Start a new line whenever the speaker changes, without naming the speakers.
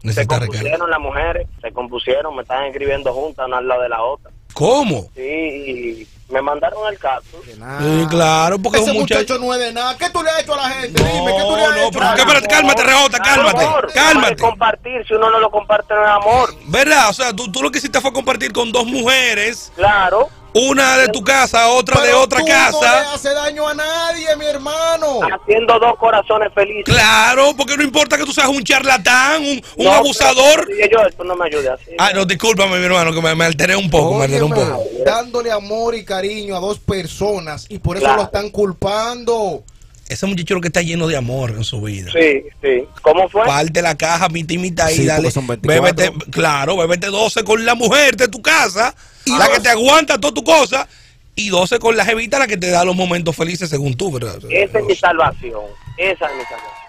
se
Necesita
compusieron
recarga.
las mujeres, se compusieron, me están escribiendo juntas una al lado de la otra.
¿Cómo?
Sí, y me mandaron el caso.
Eh, claro, porque es
Ah. Ese
un muchacho.
muchacho no es de nada. ¿Qué tú le has hecho a la gente? Dime, ¿qué tú le
No, no,
has hecho?
pero cálmate, cálmate, Rebota, cálmate,
Amor, hay que
cálmate.
compartir, si uno no lo comparte no es amor.
¿Verdad? O sea, tú, tú lo que hiciste fue compartir con dos mujeres,
Claro.
una de tu casa, otra de
Pero
otra
tú No le
casa.
hace daño a nadie, mi hermano.
Oh.
Haciendo dos corazones felices.
Claro, porque no importa que tú seas un charlatán, un, un
No,
abusador.
pero, oye, yo, tú no me ayudes así.
Ah, no, discúlpame, mi hermano, que me, me alteré un poco, me alteré un
Óyeme,
poco.
dándole amor y cariño a dos personas y por eso
Claro.
lo están culpando.
Ese muchacho lo que está lleno de amor en su vida.
Sí, sí. ¿Cómo fue?
Parte la caja, mitad y mitad y
Sí,
dale.
porque son 24.
Bébete- claro, bébete 12 con la mujer de tu casa,
Y
la que
dos.
te aguanta toda tu cosa, y 12 con la jevita, la que te da los momentos felices según tú, ¿verdad?
Esa es mi salvación. Esa es mi salvación.